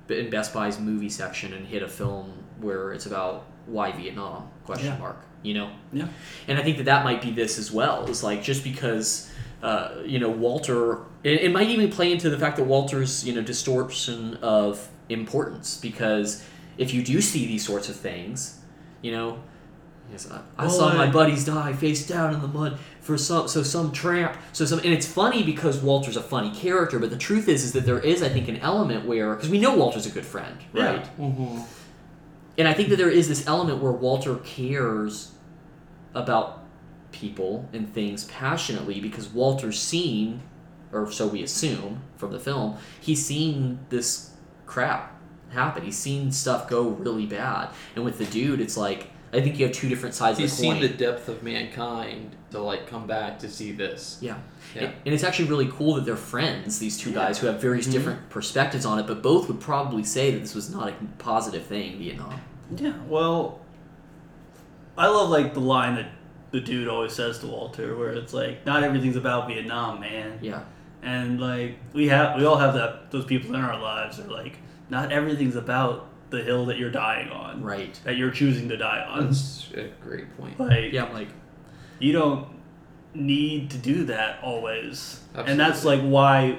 Speaker 1: in Best Buy's movie section and hit a film where it's about why Vietnam question
Speaker 3: Yeah.
Speaker 1: mark you know
Speaker 3: Yeah.
Speaker 1: and I think that that might be this as well. Is like just because uh, you know Walter, it, it might even play into the fact that Walter's you know distortion of importance because if you do see these sorts of things, you know. Yes, I, I
Speaker 3: Well,
Speaker 1: saw my
Speaker 3: I-
Speaker 1: buddies die face down in the mud for some so some tramp so some and it's funny because Walter's a funny character but the truth is is that there is I think an element where because we know Walter's a good friend
Speaker 3: Yeah.
Speaker 1: right and I think that there is this element where Walter cares about people and things passionately because Walter's seen, or so we assume from the film, he's seen this crap happen. He's seen stuff go really bad. And with the dude, it's like, I think you have two different sides
Speaker 2: He's
Speaker 1: of the coin.
Speaker 2: seen the depth of mankind to like come back to see this.
Speaker 1: Yeah.
Speaker 2: Yeah.
Speaker 1: And- And it's actually really cool that they're friends, these two
Speaker 3: Yeah.
Speaker 1: guys who have various
Speaker 2: Mm-hmm.
Speaker 1: different perspectives on it, but both would probably say that this was not a positive thing, Vietnam.
Speaker 3: Yeah. Well, I love like the line that the dude always says to Walter, where it's like, "Not everything's about Vietnam, man."
Speaker 1: Yeah.
Speaker 3: And like we have, we all have that those people in our lives are like, "Not everything's about the hill that you're dying
Speaker 2: Mm.
Speaker 3: on,
Speaker 1: Right. Mm-hmm.
Speaker 3: that you're choosing to die on."
Speaker 2: That's a great point.
Speaker 3: Like,
Speaker 1: Yeah, I'm like,
Speaker 3: you don't need to do that always and
Speaker 2: Absolutely.
Speaker 3: that's like why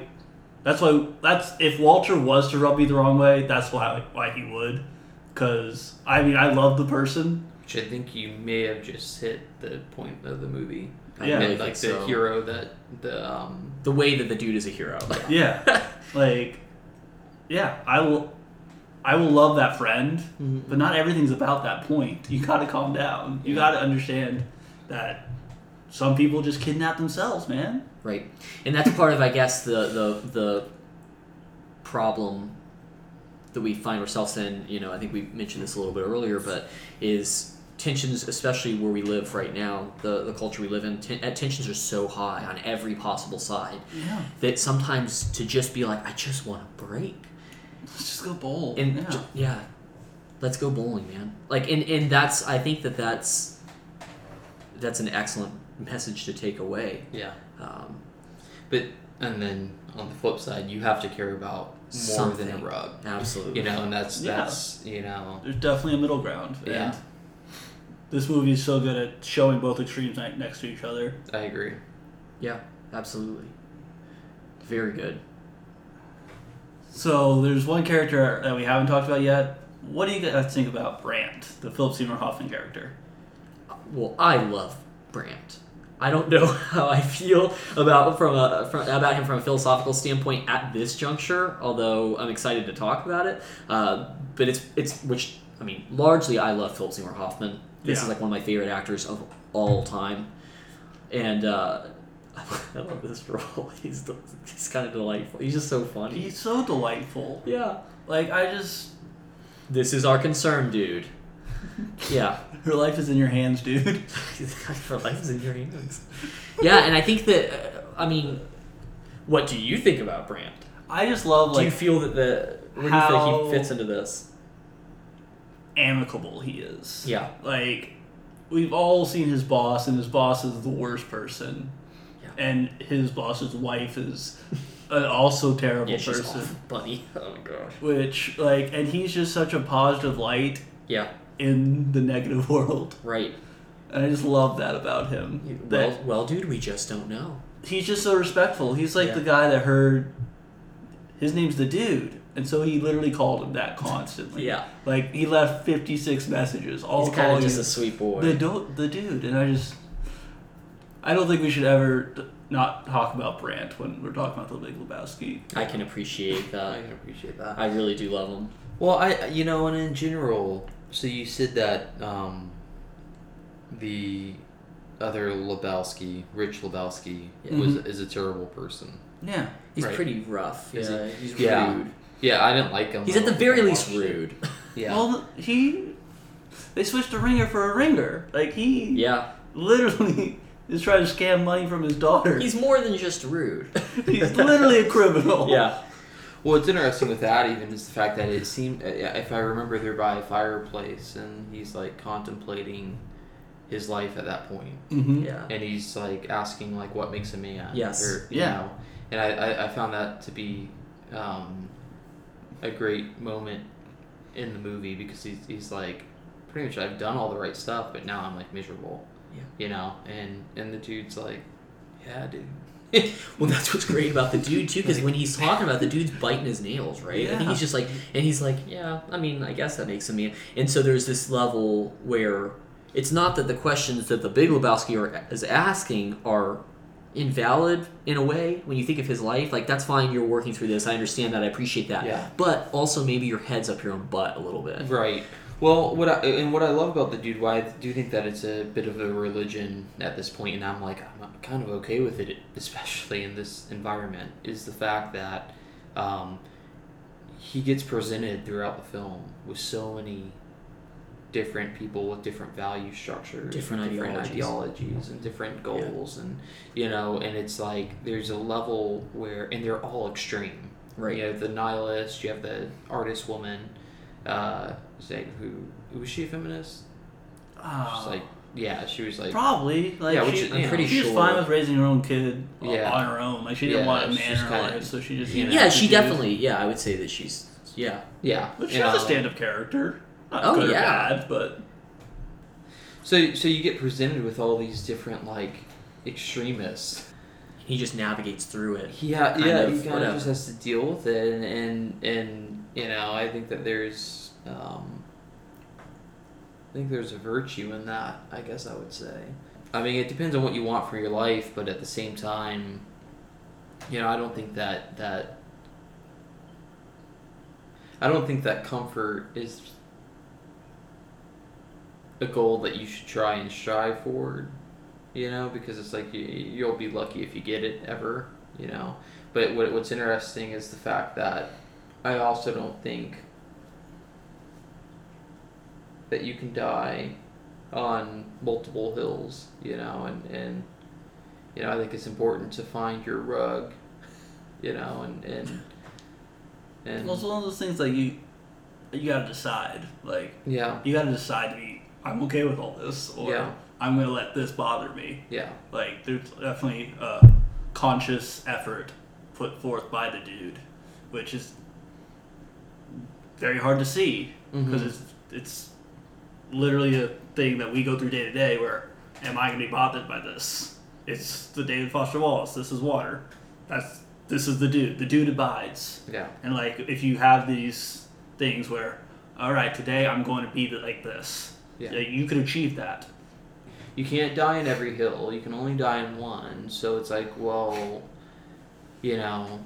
Speaker 3: that's why that's if walter was to rub me the wrong way that's why why he would because i mean i love the person
Speaker 2: Which I think you may have just hit the point of the movie.
Speaker 1: I
Speaker 3: Yeah.
Speaker 1: really
Speaker 2: And, like
Speaker 1: think
Speaker 2: the
Speaker 1: so.
Speaker 2: hero that the um
Speaker 1: the way that the dude is a hero.
Speaker 3: yeah like yeah i will i will love that friend but not everything's about that point you gotta calm down you gotta understand that some people just kidnap themselves man
Speaker 1: Right, and that's part of, I guess, the the the problem that we find ourselves in. You know, I think we mentioned this a little bit earlier, but is tensions, especially where we live right now, the the culture we live in, ten, uh, tensions are so high on every possible side
Speaker 3: yeah
Speaker 1: that sometimes to just be like, I just want a break.
Speaker 4: Let's just go bowl.
Speaker 1: And
Speaker 4: yeah.
Speaker 1: j- yeah, let's go bowling, man. Like, and and that's I think that that's that's an excellent message to take away.
Speaker 2: Yeah.
Speaker 1: Um,
Speaker 2: But and then on the flip side, you have to care about more than
Speaker 1: Something.
Speaker 2: a rug.
Speaker 1: absolutely.
Speaker 2: You know, and that's
Speaker 3: Yeah.
Speaker 2: that's you know,
Speaker 3: There's definitely a middle ground.
Speaker 2: Yeah.
Speaker 3: And this movie is so good at showing both extremes ne- next to each other.
Speaker 2: I agree.
Speaker 1: Yeah, absolutely. Very good.
Speaker 3: So there's one character that we haven't talked about yet. What do you guys think about Brandt, the Philip Seymour Hoffman character?
Speaker 1: Well, I love Brandt. I don't know how I feel about from a from, about him from a philosophical standpoint at this juncture. Although I'm excited to talk about it, uh, but it's it's which I mean, largely I love Philip Seymour Hoffman. This
Speaker 3: Yeah.
Speaker 1: is like one of my favorite actors of all time, and uh, I love this role. He's del- he's kind of delightful. He's just so funny.
Speaker 3: He's so delightful.
Speaker 1: yeah,
Speaker 3: Like I just,
Speaker 1: this is our concern, dude. yeah.
Speaker 3: her life is in your hands, dude.
Speaker 1: for life is in your hands. Yeah, and I think that uh, I mean, what do you think about Brandt?
Speaker 3: I just love
Speaker 1: do you
Speaker 3: like
Speaker 1: feel that the where do you
Speaker 3: how-
Speaker 1: think he fits into this?
Speaker 3: amicable he is.
Speaker 1: Yeah,
Speaker 3: Like we've all seen his boss, and his boss is the worst person.
Speaker 1: Yeah.
Speaker 3: And his boss's wife is an also terrible
Speaker 1: yeah, she's
Speaker 3: person.
Speaker 1: off, bunny. Oh my gosh.
Speaker 3: Which like, and he's just such a positive light
Speaker 1: Yeah,
Speaker 3: in the negative world.
Speaker 1: right.
Speaker 3: And I just love that about him.
Speaker 1: Well,
Speaker 3: that
Speaker 1: well, dude, we just don't know.
Speaker 3: he's just so respectful. He's like
Speaker 1: Yeah.
Speaker 3: the guy that heard his name's the dude. And so he literally called him that constantly.
Speaker 1: Yeah.
Speaker 3: Like he left 56 messages all
Speaker 1: He's kind
Speaker 3: calling
Speaker 1: of just a
Speaker 3: him
Speaker 1: sweet boy.
Speaker 3: the, do- the dude and I just I don't think we should ever t- not talk about Brandt when we're talking about the Big Lebowski.
Speaker 1: I can appreciate
Speaker 2: I
Speaker 1: that.
Speaker 2: can appreciate that.
Speaker 1: I really do love him.
Speaker 2: Well, I you know, and in general, so you said that um, the other Lebowski, Rich Lebowski,
Speaker 1: Yeah.
Speaker 2: was is a terrible person.
Speaker 3: Yeah.
Speaker 1: He's
Speaker 2: Right.
Speaker 1: pretty rough.
Speaker 2: Is
Speaker 1: yeah, he's
Speaker 2: Yeah.
Speaker 1: rude.
Speaker 2: Yeah, I didn't like him.
Speaker 1: He's
Speaker 2: I
Speaker 1: at the
Speaker 2: don't
Speaker 1: very
Speaker 2: think I
Speaker 1: least
Speaker 2: watched it.
Speaker 1: rude.
Speaker 2: Yeah,
Speaker 3: Well, he they switched a ringer for a ringer. Like he
Speaker 1: yeah,
Speaker 3: literally is trying to scam money from his daughter.
Speaker 1: he's more than just rude.
Speaker 3: He's literally a criminal.
Speaker 1: yeah,
Speaker 2: Well, what's interesting with that even is the fact that it seemed, uh, yeah, if I remember, they're by a fireplace and he's like contemplating his life at that point,
Speaker 3: Mm-hmm.
Speaker 1: yeah.
Speaker 2: and he's like asking like what makes a man.
Speaker 1: Yes.
Speaker 2: Or, you
Speaker 3: Yeah.
Speaker 2: know, and I, I, I found that to be um, a great moment in the movie because he's he's like pretty much I've done all the right stuff, but now I'm like miserable.
Speaker 1: Yeah.
Speaker 2: You know, and and the dude's like, yeah, dude.
Speaker 1: Well, that's what's great about the dude too, because when he's talking about it, the dude's biting his nails, right? I think
Speaker 3: Yeah.
Speaker 1: he's just like, and he's like, yeah. I mean, I guess that makes him man. And so there's this level where it's not that the questions that the Big Lebowski are, is asking are invalid in a way when you think of his life. Like that's fine. You're working through this. I understand that. I appreciate that.
Speaker 2: Yeah.
Speaker 1: But also maybe your head's up your own butt a little bit.
Speaker 2: Right. Well, what I and what I love about the dude, why I do think that it's a bit of a religion at this point, and I'm like I'm kind of okay with it, especially in this environment, is the fact that um, he gets presented throughout the film with so many different people with different value structures,
Speaker 1: Different ideologies.
Speaker 2: ideologies and different goals, and you know, and it's like there's a level where, and they're all extreme.
Speaker 1: Right.
Speaker 2: You have the nihilist. You have the artist woman. Uh, say who was she a feminist?
Speaker 3: Uh,
Speaker 2: She's like yeah, she was like
Speaker 3: Ah, probably. Like
Speaker 2: Yeah, which
Speaker 3: she,
Speaker 2: is- I'm
Speaker 1: pretty
Speaker 3: she was
Speaker 1: sure.
Speaker 3: fine with raising her own kid o-
Speaker 2: Yeah.
Speaker 3: on her own. Like she didn't
Speaker 2: Yeah,
Speaker 3: want a
Speaker 2: she's
Speaker 3: man in her
Speaker 2: kinda-
Speaker 3: life, so she just
Speaker 2: you know,
Speaker 1: Yeah. She
Speaker 3: she did.
Speaker 1: definitely. Yeah. I would say that she's. Yeah.
Speaker 2: yeah. um,
Speaker 3: But she
Speaker 2: you
Speaker 3: has
Speaker 2: know.
Speaker 3: a stand-up character. Not
Speaker 1: Oh,
Speaker 3: good or
Speaker 1: yeah.
Speaker 3: bad, but
Speaker 2: So so you get presented with all these different like extremists.
Speaker 1: He just navigates through it.
Speaker 2: He ha-
Speaker 1: Kind
Speaker 2: yeah
Speaker 1: of,
Speaker 2: he kind
Speaker 1: whatever.
Speaker 2: of just has to deal with it, and and, and you know I think that there's. Um, I think there's a virtue in that, I guess I would say. I mean, it depends on what you want for your life, but at the same time, you know, I don't think that that I don't think that comfort is a goal that you should try and strive for, you know, because it's like you, you'll be lucky if you get it ever, you know. But what, what's interesting is the fact that I also don't think that you can die on multiple hills, you know, and, and you know, I think it's important to find your rug, you know, and, and And
Speaker 3: Well, it's one of those things like you, you gotta decide. Like
Speaker 2: yeah,
Speaker 3: you gotta decide to be. I'm okay with all this, or
Speaker 2: Yeah.
Speaker 3: I'm gonna let this bother me.
Speaker 2: yeah,
Speaker 3: Like there's definitely a conscious effort put forth by the dude, which is very hard to see because
Speaker 2: Mhm.
Speaker 3: it's it's literally a thing that we go through day to day. Where am I gonna be bothered by this? It's the David Foster Wallace. This is water. That's this is the dude. The dude abides.
Speaker 2: yeah,
Speaker 3: And like, if you have these things where, all right, today I'm going to be the, like this.
Speaker 2: Yeah.
Speaker 3: Like, you could achieve that.
Speaker 2: you can't die in every hill. You can only die in one. So it's like, well, you know,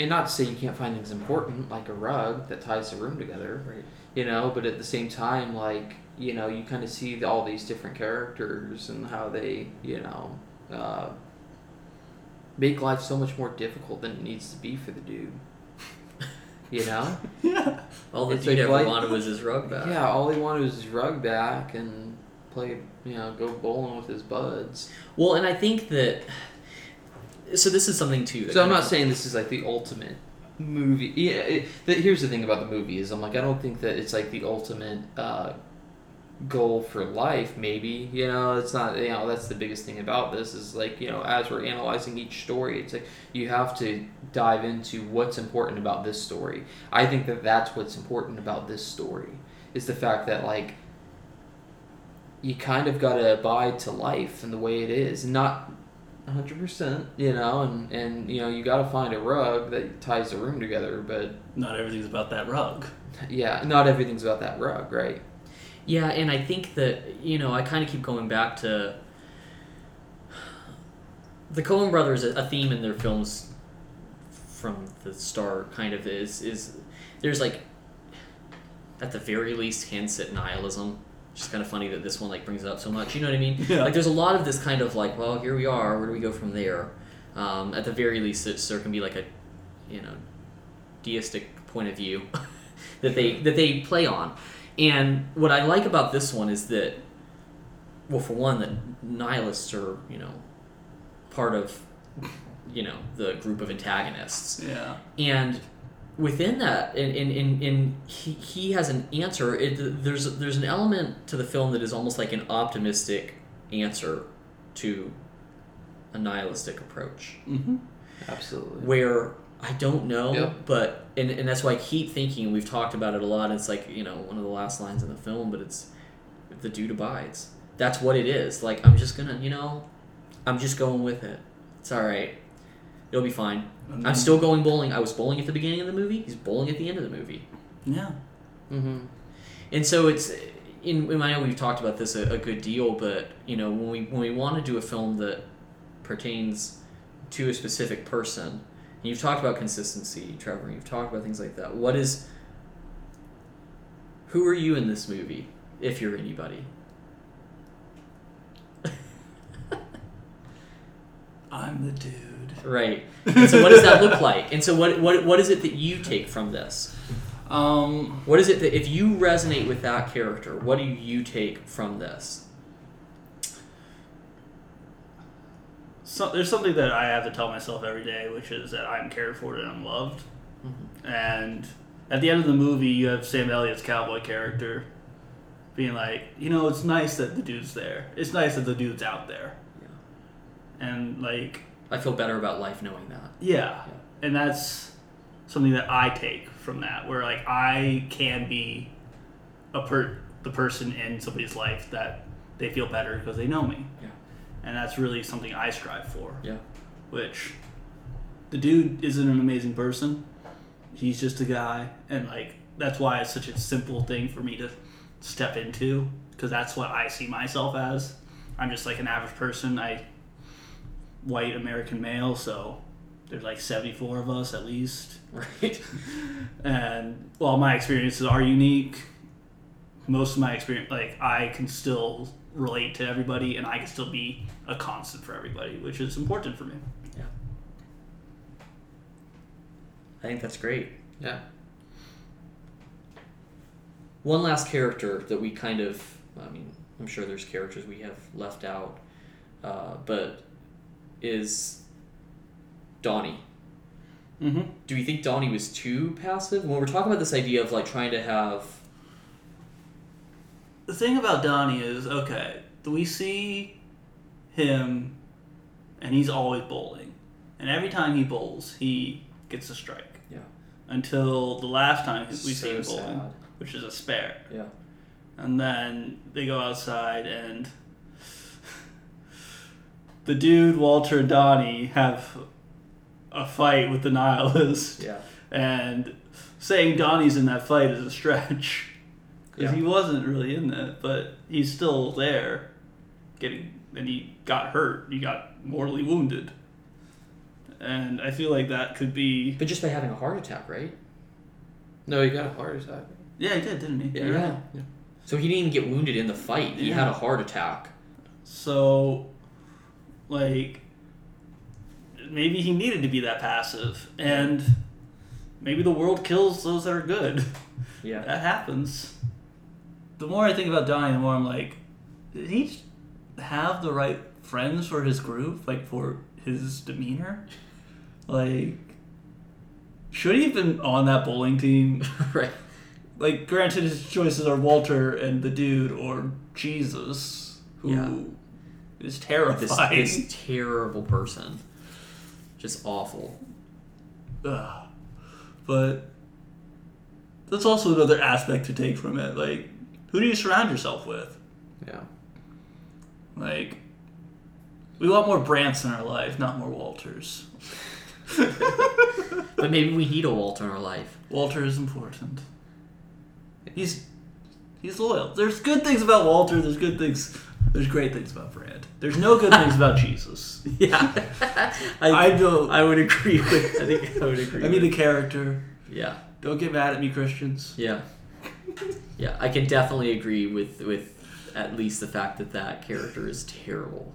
Speaker 2: and not to say you can't find things important, like a rug that ties the room together,
Speaker 1: Right.
Speaker 2: you know, but at the same time, like, you know, you kind of see the, all these different characters and how they, you know, uh, make life so much more difficult than it needs to be for the dude. You know?
Speaker 3: Yeah.
Speaker 1: All the
Speaker 2: It's
Speaker 1: dude
Speaker 2: like
Speaker 1: ever
Speaker 2: light-
Speaker 1: wanted was his rug back.
Speaker 2: Yeah, all he wanted was his rug back and play, you know, go bowling with his buds.
Speaker 1: Well, and I think that. So this is something too. that
Speaker 2: So I'm
Speaker 1: kind
Speaker 2: not
Speaker 1: of-
Speaker 2: saying this is like the ultimate movie. Yeah, it, the, here's the thing about the movie is I'm like I don't think that it's like the ultimate uh, goal for life. Maybe you know it's not you know that's the biggest thing about this is like you know as we're analyzing each story, it's like you have to dive into what's important about this story. I think that that's what's important about this story is the fact that like you kind of got to abide to life and the way it is, not 100%, you know, and and you know, you got to find a rug that ties the room together, but
Speaker 3: Not everything's about that rug.
Speaker 2: yeah, not everything's about that rug, right?
Speaker 1: Yeah, and I think that you know I kind of keep going back to the Coen Brothers. A a theme in their films from the start kind of is is there's like at the very least hints at nihilism. Which is kind of funny that this one like brings it up so much. You know what I mean?
Speaker 3: Yeah.
Speaker 1: Like there's a lot of this kind of like, well, here we are. Where do we go from there? Um, at the very least, it's, there can be like a you know deistic point of view that they that they play on. And what I like about this one is that, well, for one, that nihilists are you know part of you know the group of antagonists,
Speaker 3: Yeah.
Speaker 1: and within that, in in in, in he, he has an answer. It, there's there's an element to the film that is almost like an optimistic answer to a nihilistic approach
Speaker 3: Mm-hmm.
Speaker 2: Absolutely.
Speaker 1: where I don't know,
Speaker 2: Yeah.
Speaker 1: but and, and that's why I keep thinking we've talked about it a lot. It's like you know one of the last lines in the film, but it's the dude abides. That's what it is. Like I'm just gonna, you know, I'm just going with it. It's all right. It'll be fine. I'm still going bowling. I was bowling at the beginning of the movie. He's bowling at the end of the movie.
Speaker 3: Yeah.
Speaker 2: Mm-hmm.
Speaker 1: And so it's in, in I know we've talked about this a, a good deal, but you know when we when we want to do a film that pertains to a specific person, and you've talked about consistency, Trevor, and you've talked about things like that. What is who are you in this movie if you're anybody?
Speaker 3: I'm the dude.
Speaker 1: Right. And so what does that look like? And so what what what is it that you take from this?
Speaker 3: Um.
Speaker 1: What is it that if you resonate with that character, what do you take from this?
Speaker 3: So there's something that I have to tell myself every day, which is that I'm cared for and I'm loved. And at the end of the movie, you have Sam Elliott's cowboy character being like, you know, it's nice that the dude's there. It's nice that the dude's out there. And like,
Speaker 1: I feel better about life knowing that.
Speaker 3: Yeah. And that's something that I take from that where like I can be a per the person in somebody's life that they feel better because they know me.
Speaker 1: Yeah.
Speaker 3: And that's really something I strive for,
Speaker 1: Yeah.
Speaker 3: which the dude isn't an amazing person. He's just a guy and like that's why it's such a simple thing for me to step into because that's what I see myself as. I'm just like an average person. I white American male, so there's like 74 of us at least.
Speaker 1: Right.
Speaker 3: And while my experiences are unique, most of my experience, like I can still relate to everybody, and I can still be a constant for everybody, which is important for me.
Speaker 1: Yeah. I think that's great.
Speaker 2: Yeah.
Speaker 1: One last character that we kind of, I mean, I'm sure there's characters we have left out, uh, but is Donnie.
Speaker 3: hmm
Speaker 1: do we think Donnie was too passive? When we're talking about this idea of like trying to have
Speaker 3: The thing about Donnie is okay. We see him, and he's always bowling, and every time he bowls, he gets a strike.
Speaker 1: Yeah.
Speaker 3: Until the last time we see him
Speaker 1: So
Speaker 3: bowling,
Speaker 1: sad.
Speaker 3: which is a spare.
Speaker 1: yeah,
Speaker 3: And then they go outside, and the dude, Walter and Donnie, have a fight with the nihilist.
Speaker 1: yeah,
Speaker 3: And saying Donnie's in that fight is a stretch. Because
Speaker 1: Yeah.
Speaker 3: he wasn't really in that, but he's still there. Getting and he got hurt. He got mortally wounded. And I feel like that could be
Speaker 1: but just by having a heart attack, right?
Speaker 2: No, he got a heart attack.
Speaker 3: Yeah, he did, didn't he?
Speaker 1: Yeah. So he didn't even get wounded in the fight. He
Speaker 3: Yeah.
Speaker 1: had a heart attack.
Speaker 3: So, like, maybe he needed to be that passive, and maybe the world kills those that are good.
Speaker 1: Yeah,
Speaker 3: That happens. The more I think about Donnie, the more I'm like, did he just have the right friends for his group? Like, for his demeanor? Like, should he have been on that bowling team?
Speaker 1: right.
Speaker 3: like granted his choices are Walter and the dude or Jesus who is
Speaker 1: Yeah. This
Speaker 3: terrifying.
Speaker 1: this terrible person, just awful.
Speaker 3: Ugh. But that's also another aspect to take from it. Like who do you surround yourself with?
Speaker 2: Yeah.
Speaker 3: Like we want more Brants in our life, not more Walters.
Speaker 1: But maybe we need a Walter in our life.
Speaker 3: Walter is important. He's he's loyal. There's good things about Walter. There's good things. There's great things about Brand. There's no good things about Jesus.
Speaker 1: Yeah,
Speaker 3: I
Speaker 1: I,
Speaker 3: don't.
Speaker 1: I would agree with. I think I would agree.
Speaker 3: I mean the
Speaker 1: with,
Speaker 3: character.
Speaker 1: yeah,
Speaker 3: Don't get mad at me, Christians.
Speaker 1: yeah, yeah. I can definitely agree with with at least the fact that that character is terrible.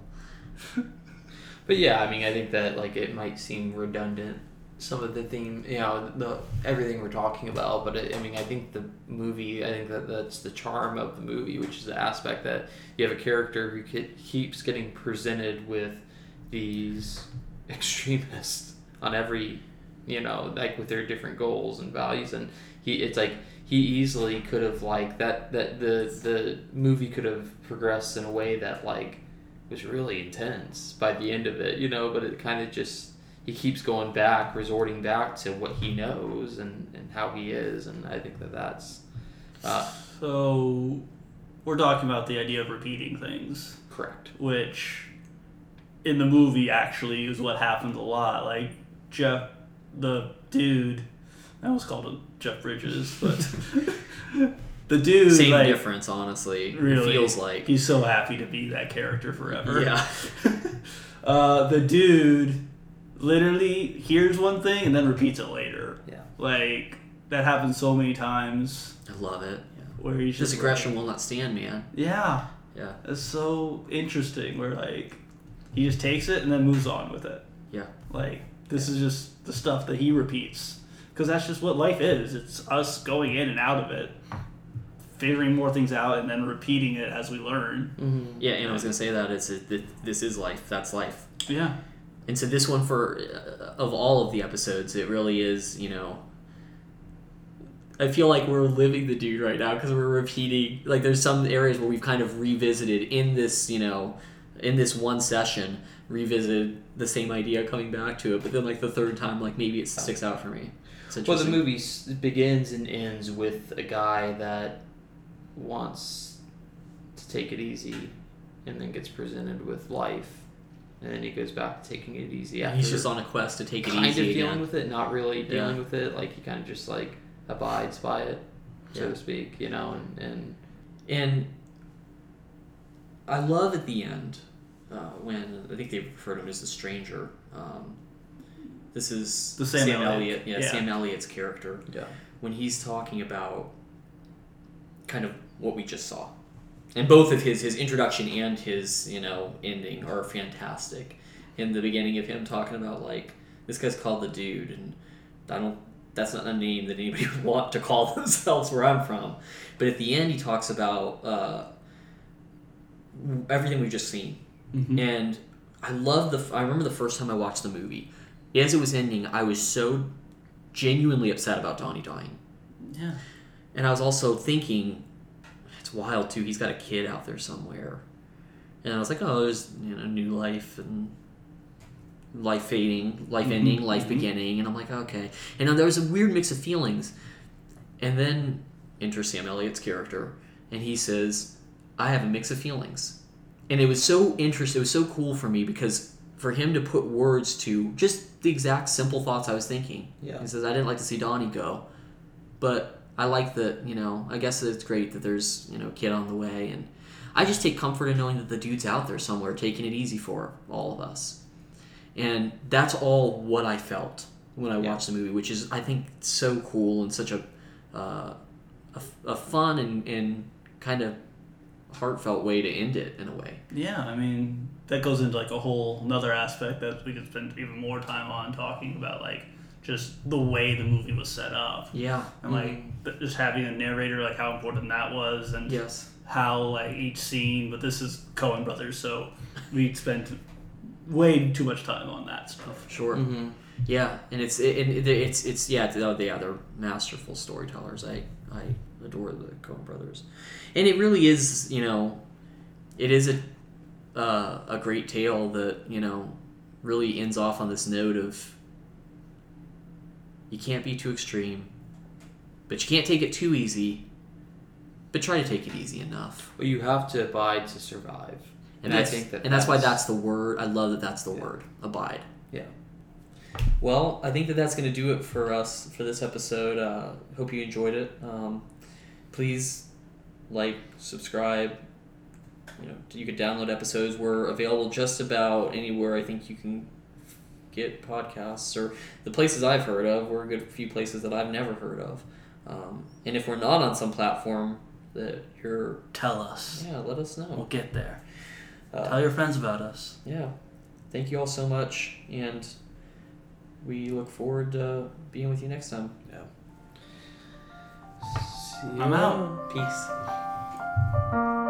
Speaker 2: But yeah, I mean, I think that like it might seem redundant some of the theme, you know, the everything we're talking about. But it, I mean, I think the movie, I think that that's the charm of the movie, which is the aspect that you have a character who ke- keeps getting presented with these extremists on every, you know, like with their different goals and values, and he, it's like he easily could have like that that the the movie could have progressed in a way that like was really intense by the end of it, you know, but it kind of just he keeps going back, resorting back to what he knows and, and how he is, and I think that that's uh,
Speaker 3: So we're talking about the idea of repeating things,
Speaker 2: correct.
Speaker 3: which in the movie actually is what happens a lot. Like Jeff, the dude. I almost called him Jeff Bridges, but the dude.
Speaker 1: Same
Speaker 3: like,
Speaker 1: difference, honestly. it
Speaker 3: Really?
Speaker 1: feels like.
Speaker 3: He's so happy to be that character forever.
Speaker 1: Yeah,
Speaker 3: Uh, the dude literally hears one thing and then repeats it later.
Speaker 2: Yeah.
Speaker 3: Like that happens so many times
Speaker 1: I love it. Yeah.
Speaker 3: where he's
Speaker 1: Just
Speaker 3: just
Speaker 1: aggression will not stand, man.
Speaker 3: Yeah,
Speaker 1: Yeah,
Speaker 3: it's so interesting. Where like he just takes it and then moves on with it.
Speaker 1: yeah,
Speaker 3: Like this is just the stuff that he repeats because that's just what life is. It's us going in and out of it, figuring more things out, and then repeating it as we learn.
Speaker 2: Mm-hmm.
Speaker 1: yeah. And I was gonna say that it's it, this is life. That's life.
Speaker 3: Yeah.
Speaker 1: And so this one for uh, of all of the episodes, it really is. You know, I feel like we're living the dude right now because we're repeating. Like there's some areas where we've kind of revisited in this. You know, in this one session, revisited the same idea, coming back to it. But then like the third time, like maybe it sticks out for me. It's
Speaker 2: Well, the
Speaker 1: interesting.
Speaker 2: movie s- begins and ends with a guy that wants to take it easy, and then gets presented with life, and then he goes back to taking it easy.
Speaker 1: Yeah,
Speaker 2: After
Speaker 1: he's just on a quest to take it
Speaker 2: kind
Speaker 1: easy
Speaker 2: of dealing
Speaker 1: again.
Speaker 2: with it, not really dealing
Speaker 1: Yeah.
Speaker 2: with it. Like he kind of just like abides by it, so
Speaker 1: Yeah.
Speaker 2: to speak, you know. And, and
Speaker 1: And I love at the end uh, when I think they refer to him as the stranger. Um, this is
Speaker 3: The Sam Elliott.
Speaker 1: Yeah,
Speaker 3: Yeah.
Speaker 1: Sam Elliott's character
Speaker 2: yeah,
Speaker 1: when he's talking about kind of what we just saw. And both of his his introduction and his, you know, ending are fantastic. In the beginning of him talking about like this guy's called the dude and I don't that's not a name that anybody would want to call themselves where I'm from. But at the end he talks about uh, everything we've just seen
Speaker 3: Mm-hmm.
Speaker 1: and I love the. I remember the first time I watched the movie, as it was ending, I was so genuinely upset about Donnie dying.
Speaker 3: Yeah.
Speaker 1: And I was also thinking, it's wild too. He's got a kid out there somewhere. And I was like, oh, there's you know new life and life fading, life ending,
Speaker 3: Mhm,
Speaker 1: life
Speaker 3: mhm.
Speaker 1: beginning. And I'm like, okay. And then there was a weird mix of feelings. And then enter Sam Elliott's character, and he says, I have a mix of feelings. And it was so interesting. It was so cool for me because for him to put words to just the exact simple thoughts I was thinking.
Speaker 2: Yeah.
Speaker 1: He says, I didn't like to see Donnie go, but I like that, you know, I guess it's great that there's, you know, a kid on the way. And I just take comfort in knowing that the dude's out there somewhere taking it easy for all of us. And that's all what I felt when I
Speaker 2: Yeah.
Speaker 1: watched the movie, which is, I think, so cool and such a, uh, a, a fun and, and kind of heartfelt way to end it in a way.
Speaker 3: Yeah, I mean that goes into like a whole another aspect that we could spend even more time on talking about, like just the way the movie was set up
Speaker 1: Yeah.
Speaker 3: and like th- just having a narrator, like how important that was, and
Speaker 1: yes.
Speaker 3: how like each scene. But this is Cohen Brothers, so we spent way too much time on that stuff.
Speaker 1: Sure.
Speaker 2: Mm-hmm.
Speaker 1: Yeah, and it's it, and it- it's it's yeah, they're, yeah, they're masterful storytellers. I I adore the Coen Brothers, and it really is you know, it is a uh, a great tale that you know really ends off on this note of you can't be too extreme, but you can't take it too easy, but try to take it easy enough.
Speaker 2: But you have to abide to survive.
Speaker 1: And,
Speaker 2: And I
Speaker 1: that's,
Speaker 2: think that
Speaker 1: and that's, why that's the word. I love that that's the word. Abide.
Speaker 2: Yeah.
Speaker 1: Well, I think that that's going to do it for us for this episode. Uh, hope you enjoyed it. Um, please like, subscribe. You know, you could download episodes. We're available just about anywhere I think you can get podcasts or the places I've heard of. We're a good few places that I've never heard of. Um, and if we're not on some platform that you're,
Speaker 3: Tell us,
Speaker 1: yeah, let us know.
Speaker 3: get there.
Speaker 1: Uh,
Speaker 3: your friends about us.
Speaker 1: yeah. Thank you all so much, and we look forward to being with you next time.
Speaker 2: See
Speaker 3: I'm
Speaker 2: ya.
Speaker 3: out.
Speaker 1: Peace.